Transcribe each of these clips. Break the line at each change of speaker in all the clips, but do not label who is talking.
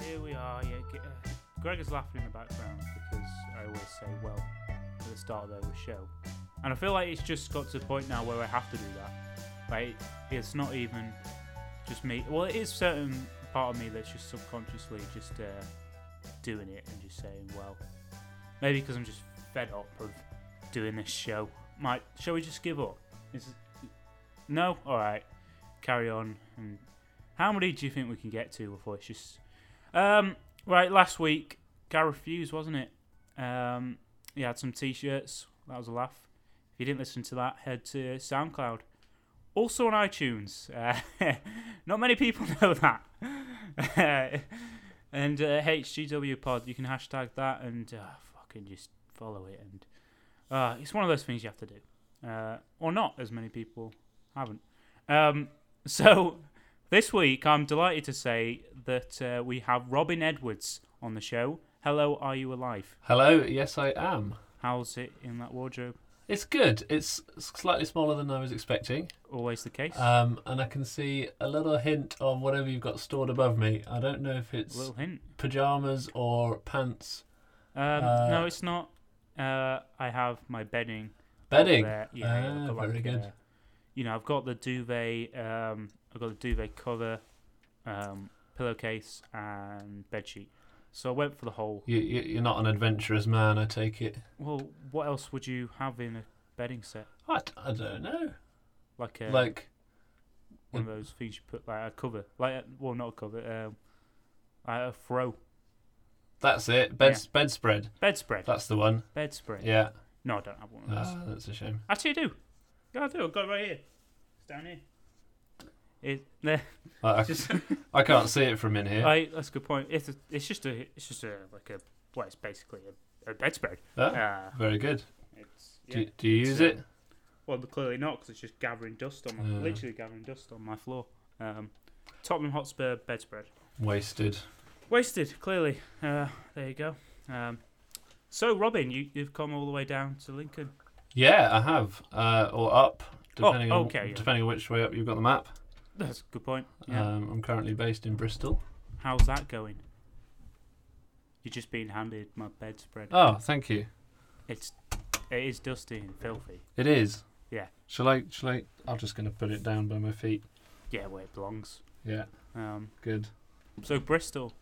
Oh yeah, g- uh, Greg is laughing in the background because I always say well at the start of every show, and I feel like it's just got to the point now where I have to do that. Like it's not even just me. Well, it is certain part of me that's just subconsciously just uh, doing it and just saying well. Maybe because I'm just fed up of doing this show. Might shall we just give up? Is no, all right, carry on. And how many do you think we can get to before it's just um, right, last week, Gareth Hughes, wasn't it? Um, he had some t shirts. That was a laugh. If you didn't listen to that, head to SoundCloud. Also on iTunes. Uh, not many people know that. and uh, HGW Pod, you can hashtag that and uh, fucking just follow it. And uh, It's one of those things you have to do. Uh, or not, as many people haven't. Um, so. This week, I'm delighted to say that uh, we have Robin Edwards on the show. Hello, are you alive?
Hello, yes, I am.
How's it in that wardrobe?
It's good. It's slightly smaller than I was expecting,
Always the case.
um, and I can see a little hint of whatever you've got stored above me. I don't know if it's
Little hint.
pajamas or pants,
Um,
uh,
no, it's not. Uh, I have my bedding. over
bedding.
there. Yeah,
Ah,
I've got,
very
like,
good.
uh, you know, I've got the duvet. Um, I've got the duvet cover, um, pillowcase, and bed sheet. So I went for the whole.
You, you, you're not an adventurous man, I take it.
Well, what else would you have in a bedding set?
I, d- I don't know.
Like a
Like,
one of
Mm.
those things you put like a cover, like a, well not a cover, um, like a throw
that's it. Beds, Bedspread.
bedspread.
That's the one.
bedspread.
Uh, Yeah.
No, I don't have one of those.
Ah, that's a shame.
Actually, I do. Yeah, I do. I've got it right here. It's down here. It, there.
I, I-
Just,
I can't see it from in here.
I, that's a good point. It's a, it's just a it's just a like a well, it's basically a, a bedspread.
Ah,
Uh,
very good.
it's yeah.
Do, do you
It's,
use
uh,
it?
well, clearly not because it's just gathering dust on my
Yeah.
literally gathering dust on my floor. Um, Tottenham Hotspur bedspread.
Wasted.
Wasted, clearly. Uh, there you go. Um, so, Robin, you, you've come all the way down to Lincoln.
Yeah, I have. Uh, or up,
Oh,
depending
okay,
on
yeah.
depending on which way up you've got the map.
That's a good point. Uh, Yeah.
Um, I'm currently based in Bristol.
How's that going? You're just being handed my bedspread.
Oh, thank you.
It's it is dusty and filthy.
It is.
Yeah.
Shall I? Shall I? I'm just gonna put it down by my feet.
Yeah, where it belongs.
Yeah.
Um,
Good.
so Bristol,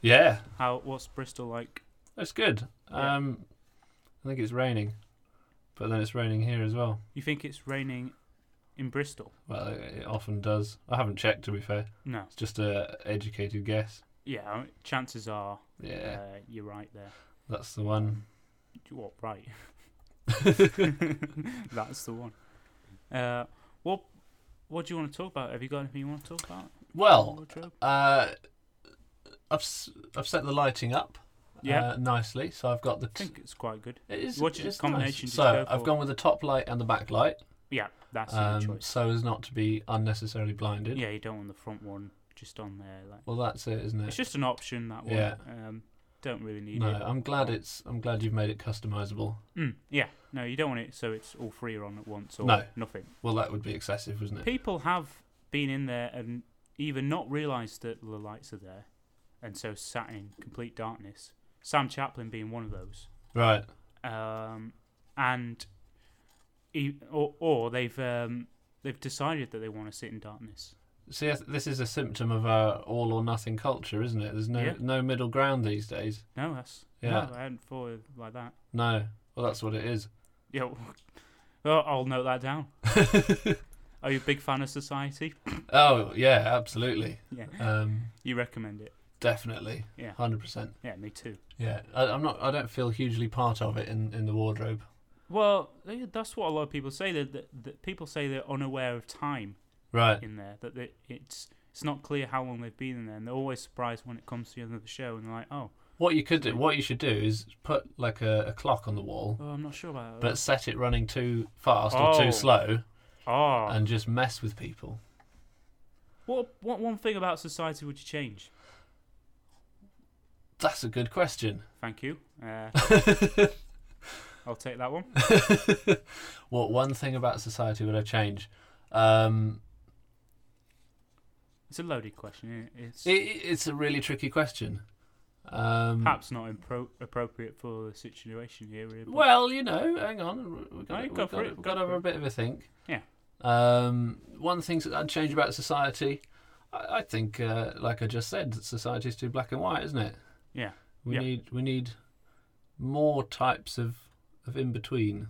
Yeah,
how what's Bristol like?
that's good.
Yeah.
Um, I think it's raining, but then it's raining here as well.
You think it's raining in Bristol?
Well, it it often does. I haven't checked to be fair.
No.
It's just a educated guess.
Yeah, I mean, chances are
Yeah,
uh, you're right there.
that's the one.
You What right? That's the one. Uh, what What do you want to talk about? Have you got anything you want to talk about?
Well,
Wardrobe?
Uh, I've s- I've set the lighting up.
Yeah.
Uh, nicely. So I've got the.
I think it's quite good.
it is,
what
it is
combination
nice.
did you
So
go
I've
for?
gone with the top light and the back light,
Yeah, that's a good
um,
choice.
so as not to be unnecessarily blinded.
Yeah, you don't want the front one just on there. Like
Well, that's it, isn't
it's
it?
just an option that one.
Yeah.
Um, don't really need
No,
it.
I'm glad it's. I'm glad you've made it customizable.
Mm, yeah, no, you don't want it. So it's all three are on at once or
No.
nothing.
Well, that would be excessive, wouldn't it?
People have been in there and either not realised that the lights are there, and so sat in complete darkness. Sam Chaplin being one of those.
Right.
um, and e- or, or they've um, they've decided that they want to sit in darkness.
See, I th- this is a symptom of our all or nothing culture, isn't it? There's no
Yeah.
no middle ground these days.
No, that's
Yeah.
no, I hadn't thought of it like that.
No. Well, that's what it is.
Yeah, well, I'll note that down. Are you a big fan of Society?
Oh yeah, absolutely.
Yeah,
Um,
you recommend it.
definitely.
Yeah.
Hundred percent.
Yeah, me too.
Yeah, I, I'm not. I don't feel hugely part of it in, in the wardrobe.
Well, they- that's what a lot of people say. That, that, that people say they're unaware of time
Right.
in there. That they, it's it's not clear how long they've been in there, and they're always surprised when it comes to the end of the show, and they're like, "Oh,
What you could do, what you should do, is put like a, a clock on the wall,
oh I'm not sure about
but
that."
set it running too fast or
Oh.
too slow,
oh,
and just mess with people.
What what one thing about society would you change?
That's a good question.
Thank you. Uh, I'll take that one.
What one thing about society would I change? Um,
It's a loaded question. Isn't it? It's
it, it's a really tricky question Um,
Perhaps not impro- appropriate for the situation here, really. but-
Well, you know, hang on. We've got,
No,
we've
go
got,
for it,
we've
go
got to have
for
a bit of a think.
Yeah.
Um, one of the things that I'd change about society, I, I think, uh, like I just said, that society's too black and white, isn't it?
Yeah.
We
Yeah.
need we need more types of of in between.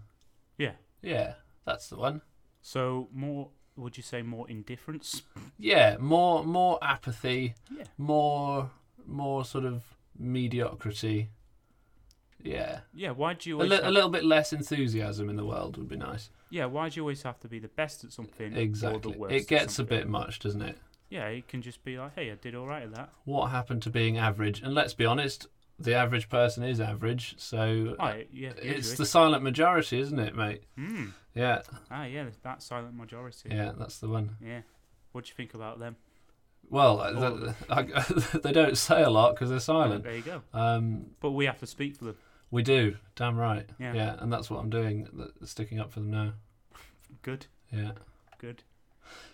Yeah.
Yeah, that's the one.
So more, would you say more indifference?
Yeah, more more apathy,
Yeah.
more more sort of mediocrity. Yeah,
Yeah. Why do you
a,
always?
li-
have-
a little bit less enthusiasm in the world would be nice.
yeah. Why do you always have to be the best at something or
Exactly.
the worst?
It
at
gets a
something?
bit much, doesn't it?
Yeah. It can just be like, hey, I did all right at that.
What happened to being average? And let's be honest, the average person is average, so
Oh, yeah.
it's
usually.
the silent majority, isn't it, mate?
Mm.
Yeah,
Ah, yeah. That silent majority.
yeah, that's the one.
Yeah. What do you think about them?
Well,
Oh. Oh,
th- I- they don't say a lot because they're silent.
There you go.
Um,
But we have to speak for them.
we do, damn right.
Yeah.
yeah, and that's what I'm doing, th- sticking up for them now.
Good.
Yeah.
Good.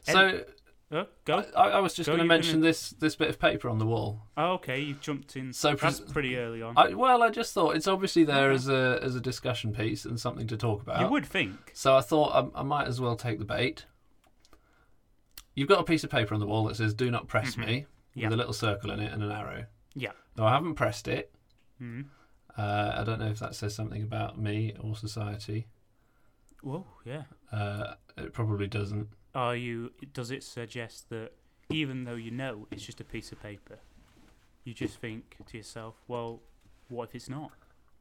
So
Oh, go.
I, I was just
Go,
going to
you're gonna-
mention this this bit of paper on the wall.
Oh, okay. You've jumped in.
So pres-
That's pretty early on.
I, well, I just thought it's obviously there
Okay.
as a as a discussion piece and something to talk about.
you would think.
So I thought I, I might as well take the bait. You've got a piece of paper on the wall that says "Do not press
Mhm.
me"
Yeah.
with a little circle in it and an arrow.
Yeah.
No, I haven't pressed it.
Mm.
Uh, I don't know if that says something about me or society.
Whoa. Yeah.
Uh, it probably doesn't.
Are you? Does it suggest that even though you know it's just a piece of paper, you just think to yourself, "Well, what if it's not?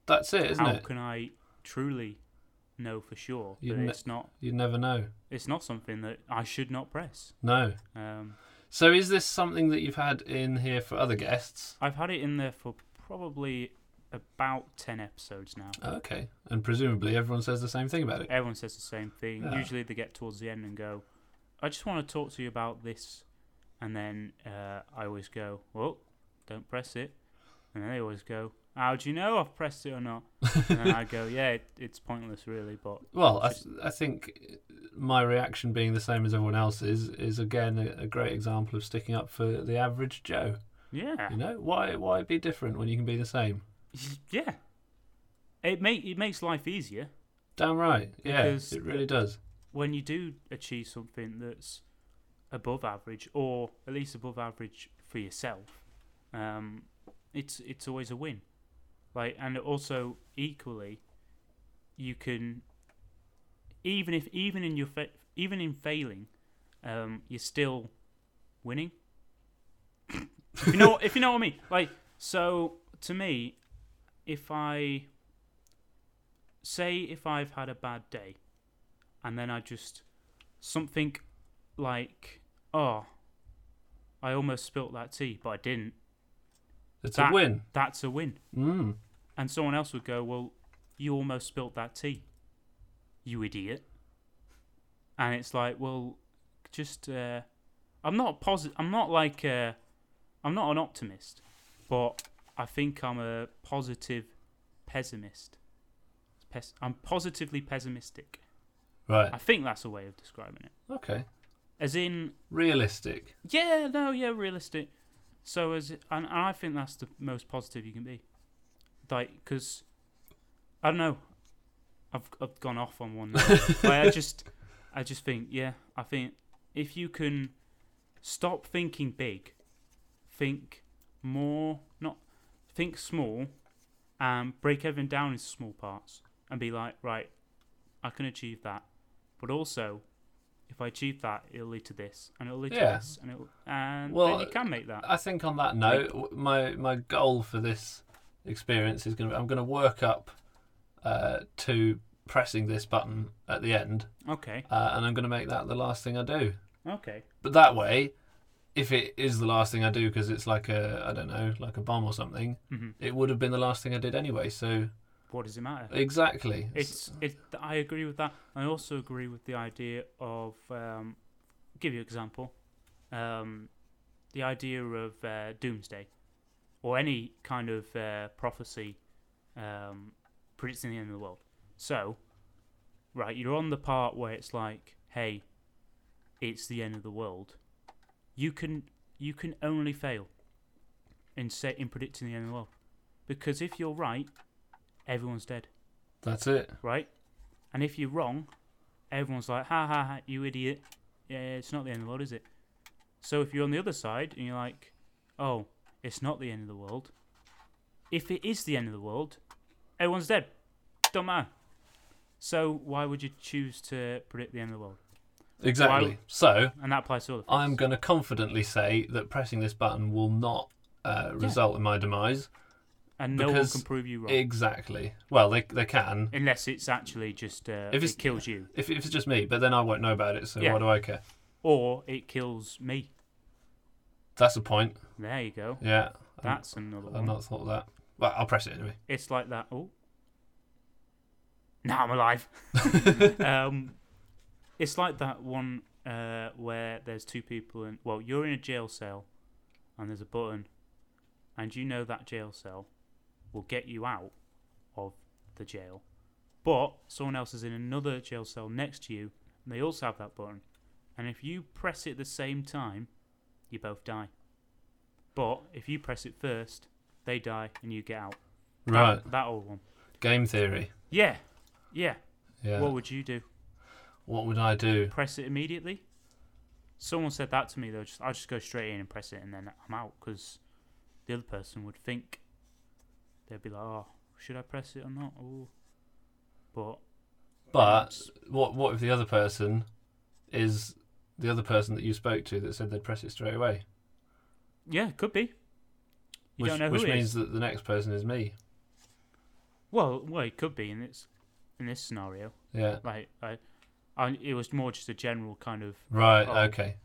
That's it, isn't
How
it?
can I truly know for sure
You
that
kn-
it's not?
You'd never know.
It's not something that I should not press."
No.
Um,
So is this something that you've had in here for other guests?
I've had it in there for probably about ten episodes now.
Okay. And presumably everyone says the same thing about it.
Everyone says the same thing.
Yeah.
Usually they get towards the end and go, I just want to talk to you about this. And then uh, I always go, Well, don't press it. And then they always go, How do you know I've pressed it or not? and then I go, Yeah, it, it's pointless, really. But
Well, I, th- I think my reaction being the same as everyone else's is again a, a great example of sticking up for the average Joe.
yeah,
You know, why why be different when you can be the same?
yeah. It, make, it makes life easier
Damn right. Yeah,
Because-
it really does.
when you do achieve something that's above average or at least above average for yourself, um, it's it's always a win. Like and also equally, you can even if even in your fa- even in failing, um, you're still winning. if you know if you know what I mean. Like so to me, if I say if I've had a bad day, and then I just something like oh I almost spilt that tea but I didn't
It's
that-
a win.
that's a win
Mm.
and someone else would go well you almost spilt that tea you idiot and it's like well just uh I'm not positive I'm not like uh I'm not an optimist but I think I'm a positive pessimist Pes- I'm positively pessimistic
Right.
I think that's a way of describing it
Okay.
as in
Realistic.
yeah no yeah realistic so as and, and i think that's the most positive you can be like because i don't know i've i've gone off on one now. but i just i just think yeah i think if you can stop thinking big think more not think small and break everything down into small parts and be like right i can achieve that but also if i achieve that it'll lead to this and it'll lead
Yeah.
to this and it'll and
Well,
then you can make that
I think on that note, w- my my goal for this experience is going to I'm going to work up uh, to pressing this button at the end,
okay
uh, and I'm going to make that the last thing I do.
okay
But that way, if it is the last thing I do because it's like a I don't know, like a bomb or something,
hmm
it would have been the last thing I did anyway. So
what does it matter
exactly,
it's it i agree with that i also agree with the idea of um give you an example um the idea of uh, doomsday or any kind of uh, prophecy um predicting the end of the world so right you're on the part where it's like hey it's the end of the world you can you can only fail in say in predicting the NLL, because if you're right, everyone's dead,
That's it.
right? And if you're wrong, everyone's like, ha ha ha, you idiot. Yeah, it's not the end of the world, is it? So if you're on the other side and you're like, oh, it's not the end of the world. If it is the end of the world, everyone's dead. Don't matter. So why would you choose to predict the end of the world?
Exactly.
Why-
So
And that applies to all of us.
I'm going to confidently say that pressing this button will not uh, result in my demise.
and no one
because
can prove you wrong
Exactly. Well, they they can
unless it's actually just uh,
If it's-
it kills you
if, if it's just me, but then I won't know about it. So
Yeah.
why do I care?
or it kills me.
That's the point.
There you go.
Yeah.
That's another
I've
one.
not thought of that. Well, I'll press it anyway.
It's like that. Oh, now I'm alive. um, it's like that one uh, where there's two people in. Well, you're in a jail cell, and there's a button, and you know that jail cell will get you out of the jail, but someone else is in another jail cell next to you, and they also have that button, and if you press it at the same time, you both die. But if you press it first, they die and you get out.
Right.
That old one.
Game theory.
Yeah. Yeah.
Yeah.
What would you do?
what would I do?
Press it immediately? Someone said that to me though. Just I'll just go straight in and press it, and then I'm out because the other person would think they'd be like, "Oh, should I press it or not?" Ooh. But
But what what if the other person is the other person that you spoke to that said they'd press it straight away?
yeah, could be. You
which
don't know who
which
it is.
means that the next person is me.
Well, well, it could be in this in this scenario.
Yeah.
Like, I, I, it was more just a general kind of,
Right.
Oh.
Okay.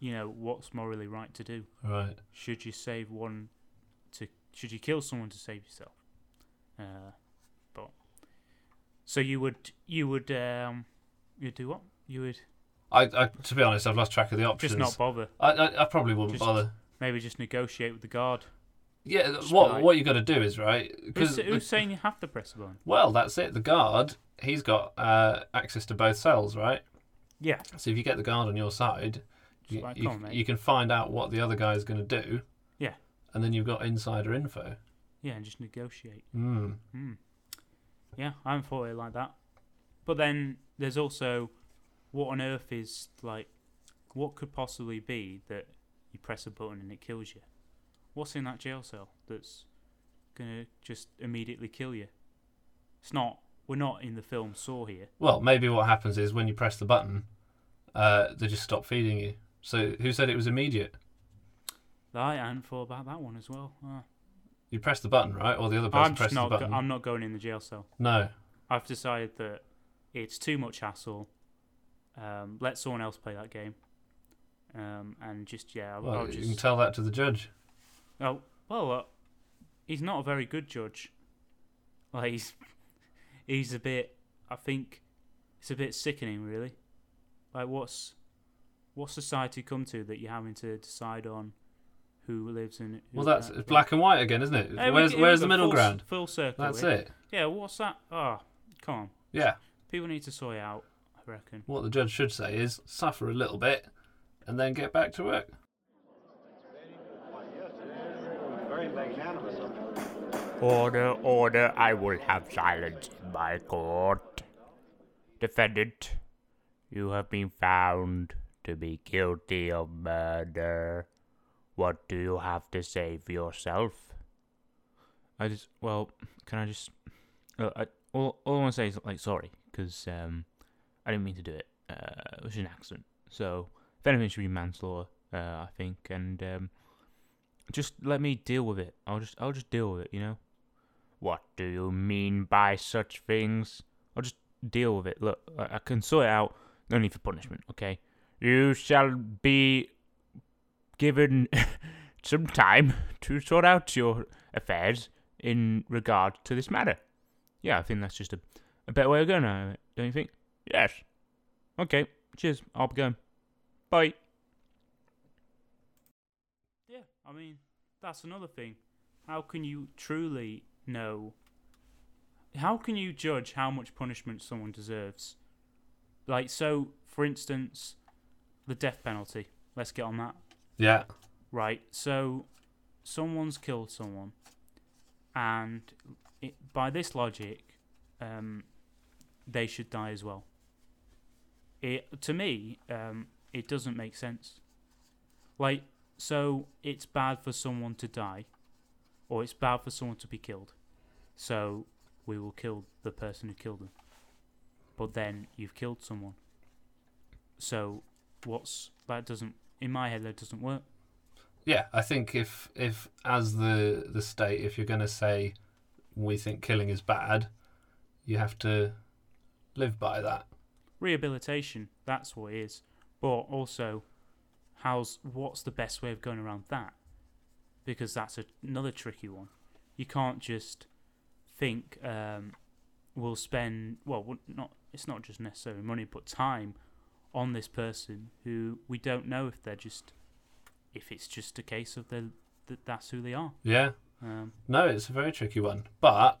you know, what's morally right to do.
Right.
should you save one to should you kill someone to save yourself uh but so you would you would um you'd do what you would
I, I to be honest, I've lost track of the options.
just not bother
I, I I probably wouldn't
Just-
bother.
maybe just negotiate with the guard
Yeah.
just
what
like-
what you got to do is right
who's,
because
who's saying you have to press the button
well that's it. The guard he's got uh, access to both cells, right?
yeah
So if you get the guard on your side,
Just
you,
like,
you,
come on, mate.
you can find out what the other guy is going to do.
Yeah.
And then you've got insider info.
yeah and just negotiate
Hmm.
Hmm. Yeah, I haven't thought of it like that. But then there's also what on earth is like what could possibly be that you press a button and it kills you? What's in that jail cell that's gonna just immediately kill you? It's not we're not in the film Saw here.
Well, maybe what happens is when you press the button, uh, they just stop feeding you. So who said it was immediate?
I hadn't thought about that one as well. Ah.
You press the button, right? Or the other person
I'm just
presses
not
the
go-
button?
I'm not going in the jail cell.
No.
I've decided that it's too much hassle. Um, let someone else play that game. Um, and just yeah, I'll,
Well,
I'll
you can
just
tell that to the judge.
Oh well, uh, he's not a very good judge. Like he's he's a bit. I think it's a bit sickening, really. Like what's what society come to that you're having to decide on who lives and who
Well, that's
uh,
it's black and white again, isn't it?
Hey, we-
where's
here we
where's the
go,
middle
full,
ground?
Full circle.
That's
here.
it.
Yeah. What's that? Oh, come on.
Yeah.
People need to sort it out. I reckon.
What the judge should say is suffer a little bit, and then get back to work.
Very magnanimous of you.
Order, order, I will have silence in my court. Defendant, you have been found to be guilty of murder. What do you have to say for yourself?
I just well, can I just? Uh, I, all all I want to say is like sorry, because um, I didn't mean to do it. Uh, it was an accident. So if anything, it should be manslaughter. Uh, I think, and um, just let me deal with it. I'll just I'll just deal with it. You know,
What do you mean by such things?
I'll just deal with it. Look, I, I can sort it out. No need for punishment. Okay,
You shall be given some time to sort out your affairs in regard to this matter.
yeah, I think that's just a, a better way of going. Now, don't you think?
Yes.
Okay, cheers. I'll be going. Bye.
Yeah, I mean, that's another thing. How can you truly know? How can you judge how much punishment someone deserves? Like, so, for instance, the death penalty. Let's get on that.
Yeah.
Right, so
someone's killed someone, and it, by this logic, um, they should die as well. It to me, um, it doesn't make sense. Like, so it's bad for someone to die, or it's bad for someone to be killed. So we will kill the person who killed them. But then you've killed someone. So what's that? Doesn't in my head that doesn't work.
Yeah, I think if if as the the state, if you're going to say we think killing is bad, you have to live by that.
rehabilitation that's what it is but also how's what's the best way of going around that because that's a, another tricky one you can't just think um, we'll spend well w- not it's not just necessarily money but time on this person who we don't know if they're just if it's just a case of the that that's who they are
Yeah.
um,
No, it's a very tricky one. But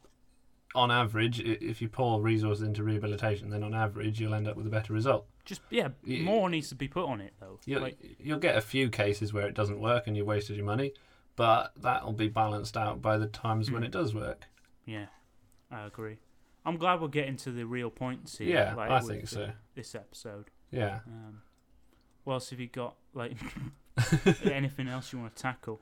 on average, i- if you pour resources into rehabilitation, then on average you'll end up with a better result.
just yeah
Y-
more needs to be put on it though
You'll,
like
you'll get a few cases where it doesn't work and you wasted your money, but that'll be balanced out by the times when
Mm.
it does work.
yeah i agree i'm glad we're getting to the real points here
Yeah,
like,
I
with
think
the-
so.
this episode.
Yeah.
Um, what else have you got? Like anything else you want to tackle?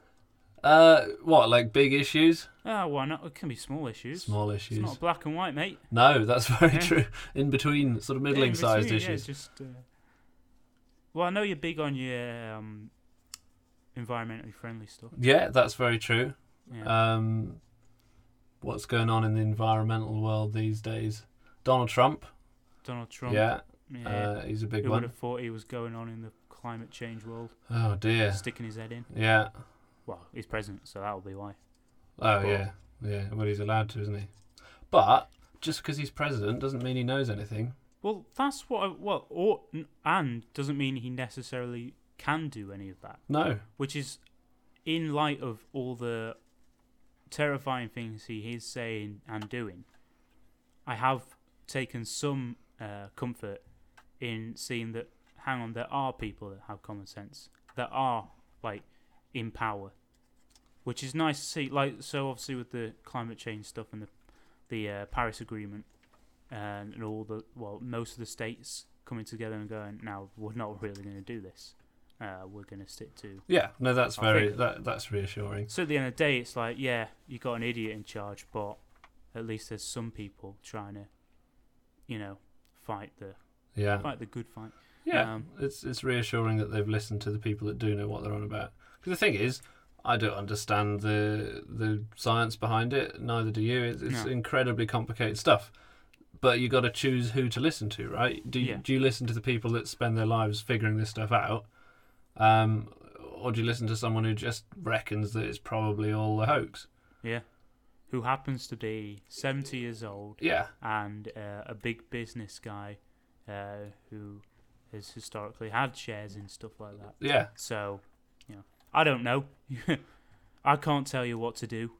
Uh, what like big issues,
Ah, why not? It can be small issues.
small
It's
issues?
not black and white, mate.
No, that's very
Yeah.
true. In between, sort of
In
middling-sized
between,
issues.
Yeah, just. Uh, well, I know you're big on your um, environmentally friendly stuff.
Yeah, that's very true.
Yeah.
Um, what's going on in the environmental world these days? Donald Trump.
Donald Trump.
Yeah,
yeah.
Uh, he's a big
Who would
one.
have thought he was going on in the climate change world,
Oh dear.
sticking his head in?
Yeah.
Well, he's president, so that'll be why.
Oh
Well-
yeah. Yeah. Well, he's allowed to, isn't he? But just because he's president doesn't mean he knows anything.
Well, that's what. I, well, or, and doesn't mean he necessarily can do any of that.
No.
which is in light of all the terrifying things he is saying and doing. I have taken some uh, comfort in seeing that. Hang on, there are people that have common sense that are like in power, which is nice to see. Like so, obviously with the climate change stuff and the the uh, Paris Agreement um, and, and all the well, most of the states coming together and going, now we're not really going to do this. Uh, we're going to stick to
Yeah. No, that's
I
very
think-
that that's reassuring.
so at the end of the day, it's like, yeah, you got an idiot in charge, but at least there's some people trying to, you know, fight the
Yeah.
fight the good fight.
Yeah,
Um,
it's it's reassuring that they've listened to the people that do know what they're on about. Because the thing is, I don't understand the the science behind it. Neither do you. It's, it's
No.
incredibly complicated stuff. But you got to choose who to listen to, right? Do you,
Yeah.
do you listen to the people that spend their lives figuring this stuff out, um, or do you listen to someone who just reckons that it's probably all a hoax?
Yeah. Who happens to be 70 years old
Yeah,
and uh, a big business guy uh, who has historically had shares in stuff like that.
yeah,
So, you know, I don't know. I can't tell you what to do.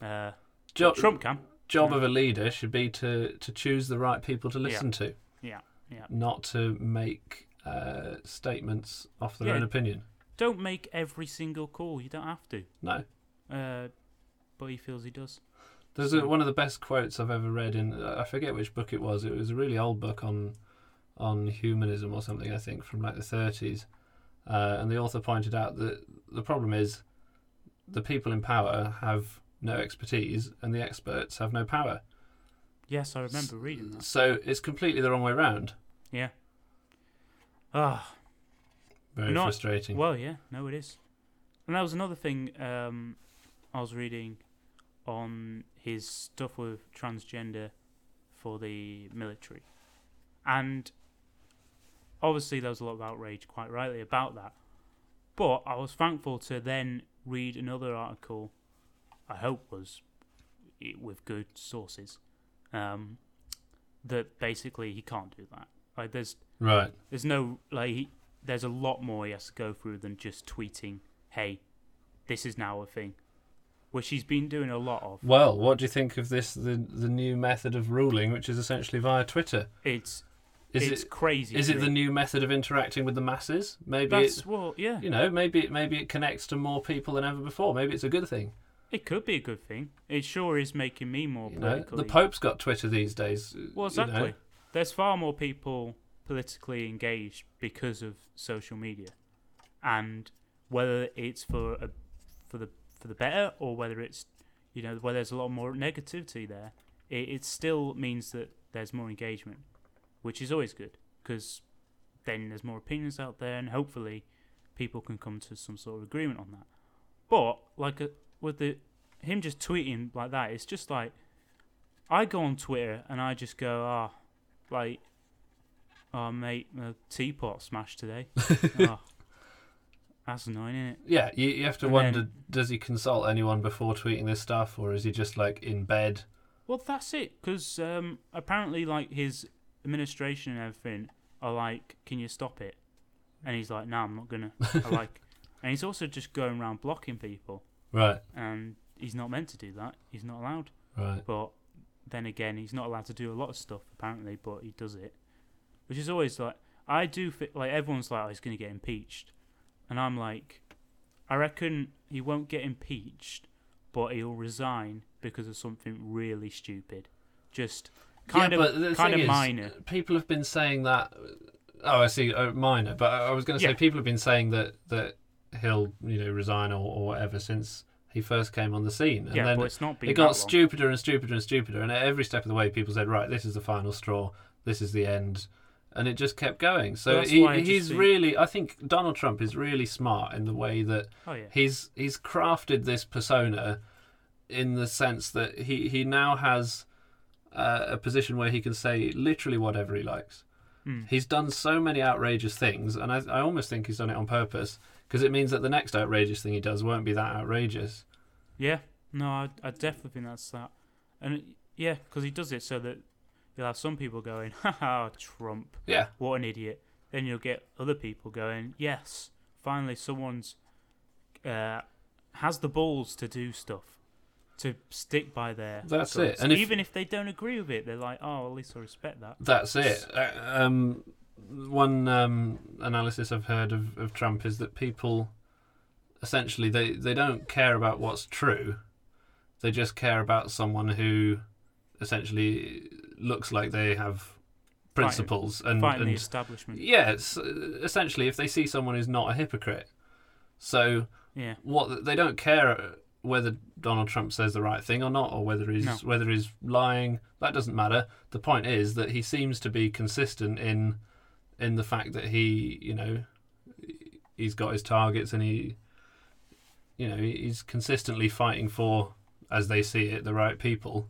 Uh,
Jo-
Trump can.
job of a leader should be to to choose the right people to listen to.
Mm. Yeah, yeah.
Not to make uh, statements off their
Yeah.
own opinion.
Don't make every single call. You don't have to.
No.
Uh, but he feels he does.
There's a, one of the best quotes I've ever read in I forget which book it was. It was a really old book on on humanism or something I think from like the 30s. Uh, and the author pointed out that the problem is the people in power have no expertise and the experts have no power.
Yes, I remember reading that.
So it's completely the wrong way round.
Yeah. Ah,
Very
Not-
frustrating.
Ah, well, yeah, no, it is. And that was another thing um, I was reading on his stuff with transgender for the military. And obviously, there was a lot of outrage, quite rightly, about that. But I was thankful to then read another article, I hope was i- with good sources, um, that basically he can't do that. Like, there's
Right.
there's no like he, there's a lot more he has to go through than just tweeting hey this is now a thing which he's been doing a lot of
Well, what do you think of this the the new method of ruling which is essentially via Twitter?
it's
Is
it's
it
crazy.
is
to
it the
me.
new method of interacting with the masses? Maybe
That's
it's
what. Yeah,
you know, maybe it maybe it connects to more people than ever before. Maybe it's a good thing.
it could be a good thing. It sure is making me more
You know,
politically.
the Pope's got Twitter these days. uh,
Well,
you know.
exactly. There's far more people politically engaged because of social media, and whether it's for a, for the for the better or whether it's you know where there's a lot more negativity there, it, it still means that there's more engagement, which is always good because then there's more opinions out there, and hopefully people can come to some sort of agreement on that. But like uh with the him just tweeting like that, it's just like I go on Twitter and I just go, ah, like, oh mate, my teapot smashed today. oh, that's annoying, isn't it?
Yeah, you, you have to
And
wonder:
then-
does he consult anyone before tweeting this stuff, or is he just like in bed?
Well, that's it, because um, apparently, like, his administration and everything are like, can you stop it? And he's like, no, I'm not gonna. I like, and he's also just going around blocking people,
Right,
and he's not meant to do that. He's not allowed.
right.
But then again, he's not allowed to do a lot of stuff apparently, but he does it, which is always like I do. Fi- like everyone's like, oh, he's going to get impeached, and I'm like, I reckon he won't get impeached, but he'll resign because of something really stupid, just kind
yeah, but the
of kind
thing
of
is,
minor.
People have been saying that. Oh, I see. Oh, minor, but I I was going to say
Yeah.
people have been saying that that he'll you know resign or, or whatever since he first came on the scene, and
yeah,
then
but it's not been.
it got
that long.
stupider and stupider and stupider, and at every step of the way, people said, "Right, this is the final straw. This is the end," and it just kept going. So
that's
he,
why I just
he's
think-
really, I think Donald Trump is really smart in the way that
Oh yeah,
he's he's crafted this persona in the sense that he he now has uh, a position where he can say literally whatever he likes.
Mm.
He's done so many outrageous things, and I, I almost think he's done it on purpose because it means that the next outrageous thing he does won't be that outrageous.
yeah. No, I, I definitely think that's that, and it, yeah, because he does it so that you'll have some people going, "Ha ha, Trump."
Yeah,
what an idiot. Then you'll get other people going, yes, finally someone's uh, has the balls to do stuff, to stick by their.
That's
guns.
it, and if-
even if they don't agree with it, they're like, oh, at least I respect that.
That's it. Uh, Um, one um, analysis I've heard of, of Trump is that people essentially they, they don't care about what's true. They just care about someone who essentially looks like they have principles and,
Fighting the
and
establishment.
yeah, it's, uh, essentially if they see someone who's not a hypocrite. So
Yeah,
what they don't care whether Donald Trump says the right thing or not, or whether he's
No.
whether he's lying. That doesn't matter. The point is that he seems to be consistent in in the fact that he, you know, he's got his targets and he, you know, he's consistently fighting for, as they see it, the right people.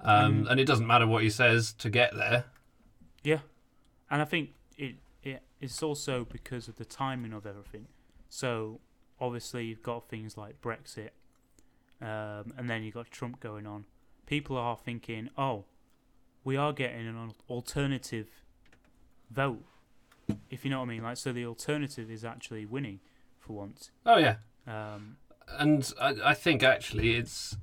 Um,
Mhm.
And it doesn't matter what he says to get there.
yeah. And I think it, it it's also because of the timing of everything. So obviously you've got things like Brexit, um, and then you've got Trump going on. People are thinking, oh, we are getting an al- alternative vote, if you know what I mean. Like, so the alternative is actually winning for once.
Oh yeah,
Um,
and I, I think actually it's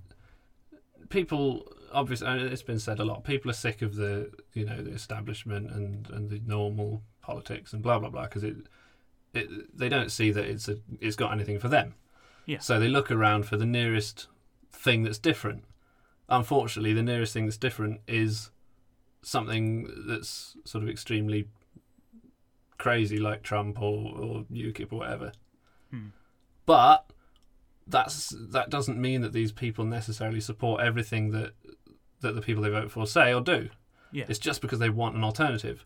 people obviously and it's been said a lot people are sick of the you know the establishment and and the normal politics and blah blah blah because it, it they don't see that it's a it's got anything for them
Yeah.
so they look around for the nearest thing that's different unfortunately the nearest thing that's different is something that's sort of extremely crazy like trump or or ukip or whatever
Hmm.
but that's that doesn't mean that these people necessarily support everything that that the people they vote for say or do.
Yeah.
It's just because they want an alternative.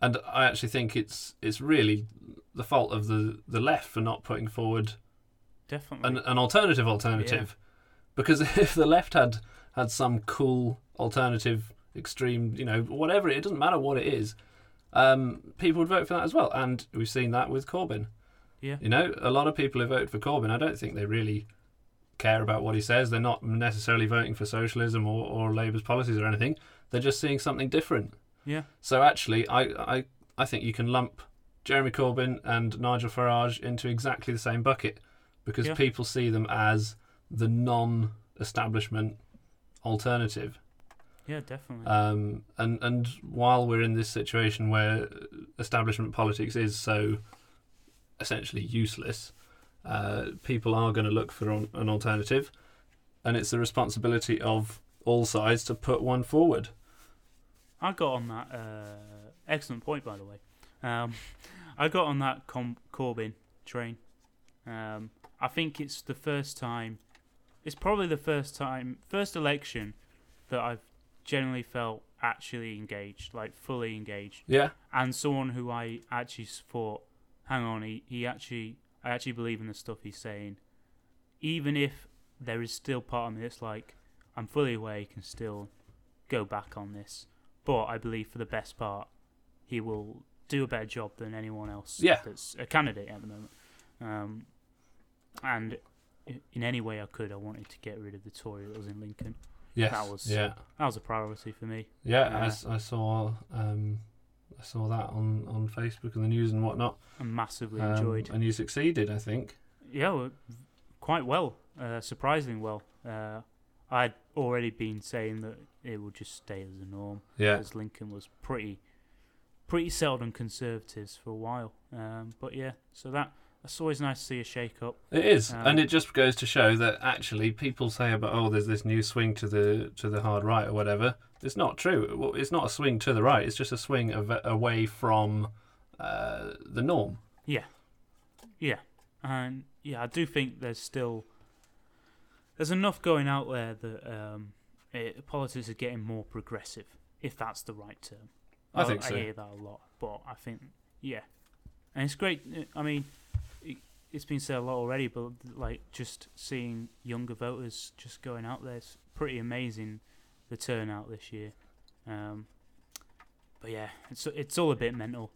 And I actually think it's it's really the fault of the, the left for not putting forward
definitely.
an, an alternative alternative. Because if the left had had some cool alternative extreme, you know, whatever it doesn't matter what it is, um, people would vote for that as well. And we've seen that with Corbyn.
Yeah.
You know, a lot of people who voted for Corbyn, I don't think they really care about what he says. They're not necessarily voting for socialism or, or Labour's policies or anything. They're just seeing something different.
Yeah.
So actually, I, I, I think you can lump Jeremy Corbyn and Nigel Farage into exactly the same bucket because
Yeah.
people see them as the non establishment alternative.
Yeah, definitely.
Um, and and while we're in this situation where establishment politics is so essentially useless, uh, people are going to look for an an alternative, and it's the responsibility of all sides to put one forward.
I got on that. Uh, excellent point, by the way. Um, I got on that Com- Corbyn train. Um, I think it's the first time. It's probably the first time, first election that I've generally felt actually engaged, like fully engaged,
Yeah,
and someone who I actually s- thought, hang on, he, he actually, I actually believe in the stuff he's saying, even if there is still part of me that's like, I'm fully awake and still go back on this, but I believe for the best part, he will do a better job than anyone else
Yeah.
that's a candidate at the moment. Um, and i- in any way I could, I wanted to get rid of the Tory that was in Lincoln.
yes,
That was-
yeah.
That was a priority for me.
Yeah,
Yeah.
I s I I, saw um, I saw that on, on Facebook and the news and whatnot.
I massively
Um,
enjoyed.
and you succeeded, I think.
Yeah, well, quite well. Uh, surprisingly well. Uh, I'd already been saying that it would just stay as the norm
Yeah,
because Lincoln was pretty, pretty settled on conservatives for a while. Um, but yeah, so that that's always nice to see a shake up.
it is,
Um,
and it just goes to show that actually people say about oh, there's this new swing to the to the hard right or whatever. It's not true. Well, It's not a swing to the right. It's just a swing av- away from uh, the norm.
Yeah, and yeah, I do think there's still there's enough going out there that um, it, politics are getting more progressive, if that's the right term.
I think so.
I hear that a lot, but I think yeah, and it's great. uh, I mean, it, it's been said a lot already, but like just seeing younger voters just going out there, it's pretty amazing the turnout this year. Um, but yeah, it's it's all a bit mental,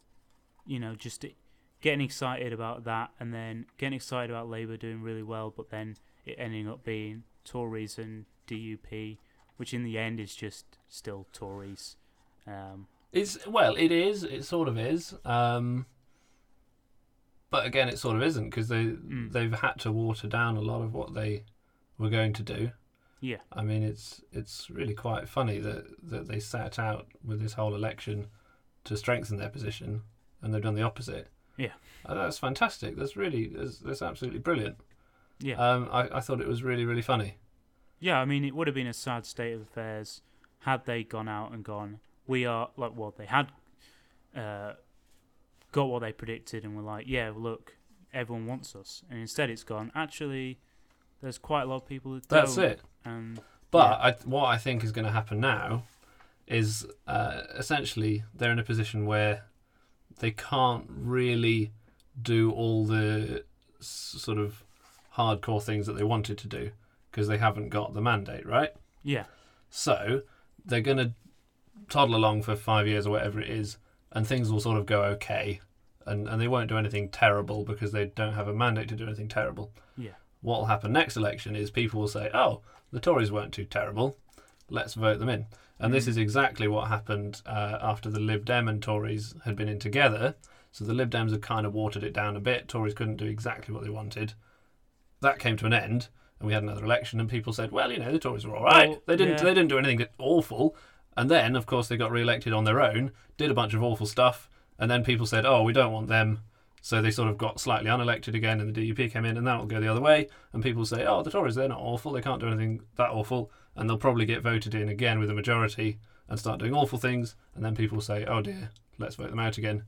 you know. Just it, getting excited about that, and then getting excited about Labour doing really well, but then it ending up being Tories and DUP, which in the end is just still Tories. Um,
It's well, it is. It sort of is. Um, but again, it sort of isn't because they
Mm.
they've had to water down a lot of what they were going to do.
Yeah.
I mean, it's it's really quite funny that that they set out with this whole election to strengthen their position, and they've done the opposite.
Yeah.
Uh, that's fantastic. That's really that's, that's absolutely brilliant.
yeah,
Um, I, I thought it was really really funny.
yeah. I mean, it would have been a sad state of affairs had they gone out and gone. We are like well, they had uh, got what they predicted, and were like, yeah, look, everyone wants us, and instead it's gone. Actually, there's quite a lot of people that
That's
don't,
it.
and
But I, what I think is going to happen now is uh, essentially they're in a position where they can't really do all the s- sort of hardcore things that they wanted to do because they haven't got the mandate, right?
yeah,
So they're going to toddle along for five years or whatever it is, and things will sort of go okay, and, and they won't do anything terrible because they don't have a mandate to do anything terrible.
Yeah.
What will happen next election is people will say, "Oh, the Tories weren't too terrible, let's vote them in." And this
Mhm.
is exactly what happened uh, after the Lib Dem and Tories had been in together. So the Lib Dems had kind of watered it down a bit. Tories couldn't do exactly what they wanted. That came to an end, and we had another election. And people said, "Well, you know, the Tories were all right.
Well,
they didn't.
yeah.
They didn't do anything awful." And then, of course, they got re-elected on their own, did a bunch of awful stuff, and then people said, "Oh, we don't want them." So they sort of got slightly unelected again, and the DUP came in, and that'll go the other way. And people say, "Oh, the Tories—they're not awful. They can't do anything that awful," and they'll probably get voted in again with a majority and start doing awful things. And then people say, "Oh dear, let's vote them out again."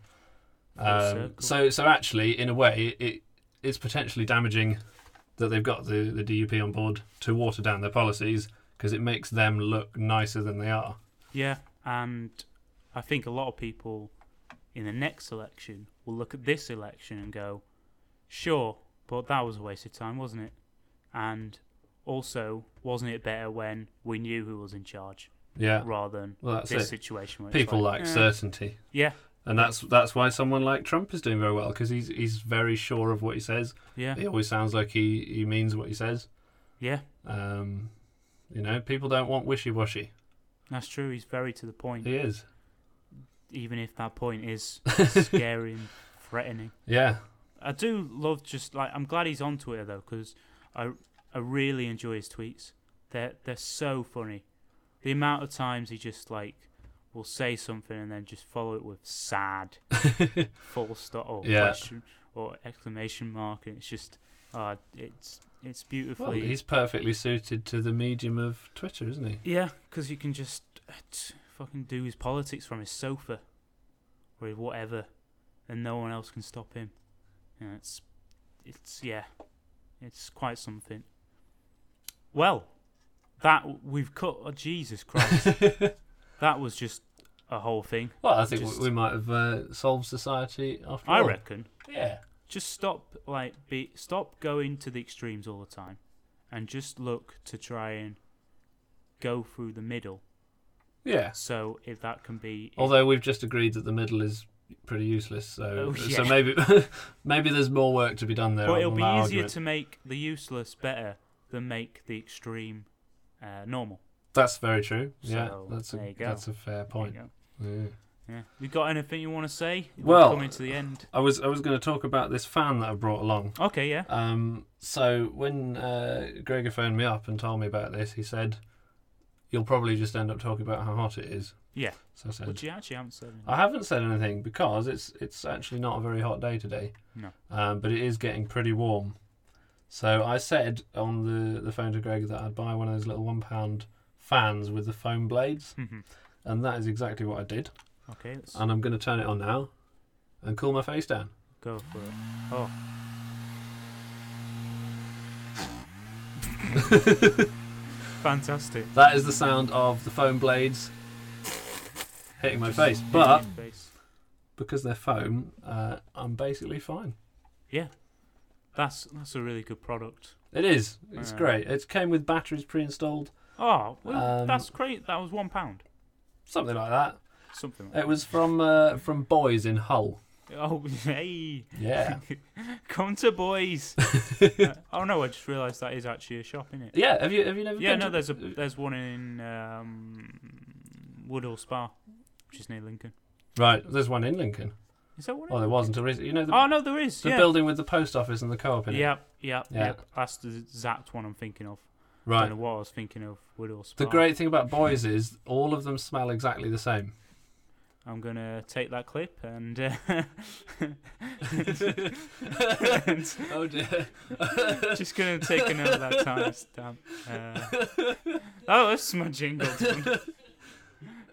Um,
circle.
so, so actually, in a way, it it's potentially damaging that they've got the, the DUP on board to water down their policies because it makes them look nicer than they are.
Yeah, and I think a lot of people in the next election will look at this election and go, sure, but that was a waste of time, wasn't it? And also, wasn't it better when we knew who was in charge
Yeah.
rather than
Well, that's
this
it.
situation? Where it's
People like
eh,
certainty.
Yeah,
And that's that's why someone like Trump is doing very well because he's he's very sure of what he says.
yeah,
He always sounds like he, he means what he says.
yeah.
Um, you know, people don't want wishy washy.
That's true. He's very to the point,
He is.
even if that point is scary and threatening.
Yeah.
I do love just like I'm glad he's on Twitter though because I I really enjoy his tweets. They're they're so funny, the amount of times he just like will say something and then just follow it with sad full stop or
Yeah.
question or exclamation mark, and it's just uh, it's it's beautifully
well, he's perfectly suited to the medium of Twitter, isn't he?
Yeah, because you can just uh, t- fucking do his politics from his sofa or his whatever, and no one else can stop him. And it's, it's yeah, it's quite something. Well, that w- we've cut. Oh, Jesus Christ, that was just a whole thing.
Well, I think
Just-
we we might have uh, solved society after
I
all.
reckon.
Yeah.
Just stop, like, be stop going to the extremes all the time, and just look to try and go through the middle.
Yeah.
So if that can be,
Although we've just agreed that the middle is pretty useless, so
Oh,
so
yeah.
maybe maybe there's more work to be done there.
But
on
it'll be easier
that argument.
to make the useless better than make the extreme uh, normal.
That's very true. yeah,
So,
that's a
there you go.
that's a fair
There
point.
you go.
Yeah.
Yeah. You got anything you want to say? We're
Well-
coming to the end.
I was I was going to talk about this fan that I brought along.
Okay, yeah.
Um, so when uh, Gregor phoned me up and told me about this, he said, "You'll probably just end up talking about how hot it is."
Yeah.
So I said,
Which you actually haven't said. anything.
I haven't said anything because it's it's actually not a very hot day today.
No.
Um, but it is getting pretty warm. So I said on the, the phone to Greg that I'd buy one of those little one pound fans with the foam blades,
Mhm.
and that is exactly what I did.
okay, let's
And I'm going to turn it on now, and cool my face down.
go for it. Oh, fantastic.
That is the sound of the foam blades hitting my face. But
Face.
because they're foam, uh, I'm basically fine.
that's that's a really good product.
It is. It's
Alright.
great. It came with batteries pre-installed,
Oh, well,
Um,
that's great. That was one pound.
something like that.
Something. Like
It was from uh, from Boys in Hull.
that. Oh, hey,
Yeah,
come to boys. Uh, oh no, I just realised that is actually a shop, isn't it?
yeah. Have you have you never?
Yeah,
been
no,
to-
there's a there's one in um, Woodall Spa, which is near Lincoln.
right. There's one in Lincoln.
Is that what?
Oh,
it
there was until recently. You know
is?
the,
Oh no, there is.
the
yeah.
building with the post office and the co-op in it.
Yep, yep,
Yeah.
yep. That's the exact one I'm thinking of. I
Right.
don't know what I was thinking of. Woodall Spa.
The great thing about Boys is all of them smell exactly the same.
I'm gonna take that clip and. Uh,
oh dear.
Just gonna take a note of that time stamp. Uh, oh, that's my jingle. done.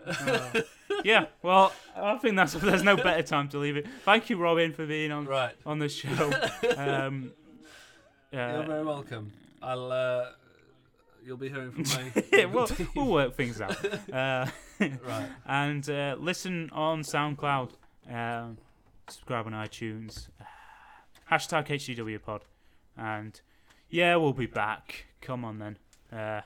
Uh, yeah, well, I think that's there's no better time to leave it. Thank you, Robin, for being on
Right.
on the show. Um,
You're
uh,
very welcome. I'll. Uh, you'll be hearing from me.
yeah, we'll, we'll work things out. Uh,
Right.
and uh, listen on SoundCloud, um, subscribe on iTunes, uh, hashtag HGW pod. And yeah, we'll be back. Come on then. Uh,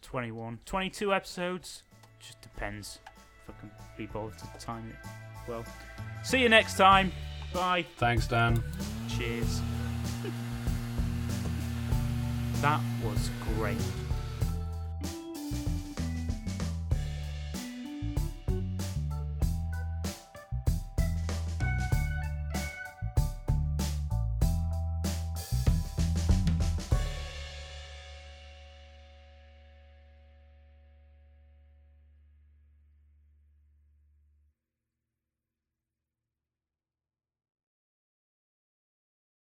21, 22 episodes. Just depends if I can be bothered to time it well. See you next time. Bye.
Thanks, Dan.
Cheers. that was great.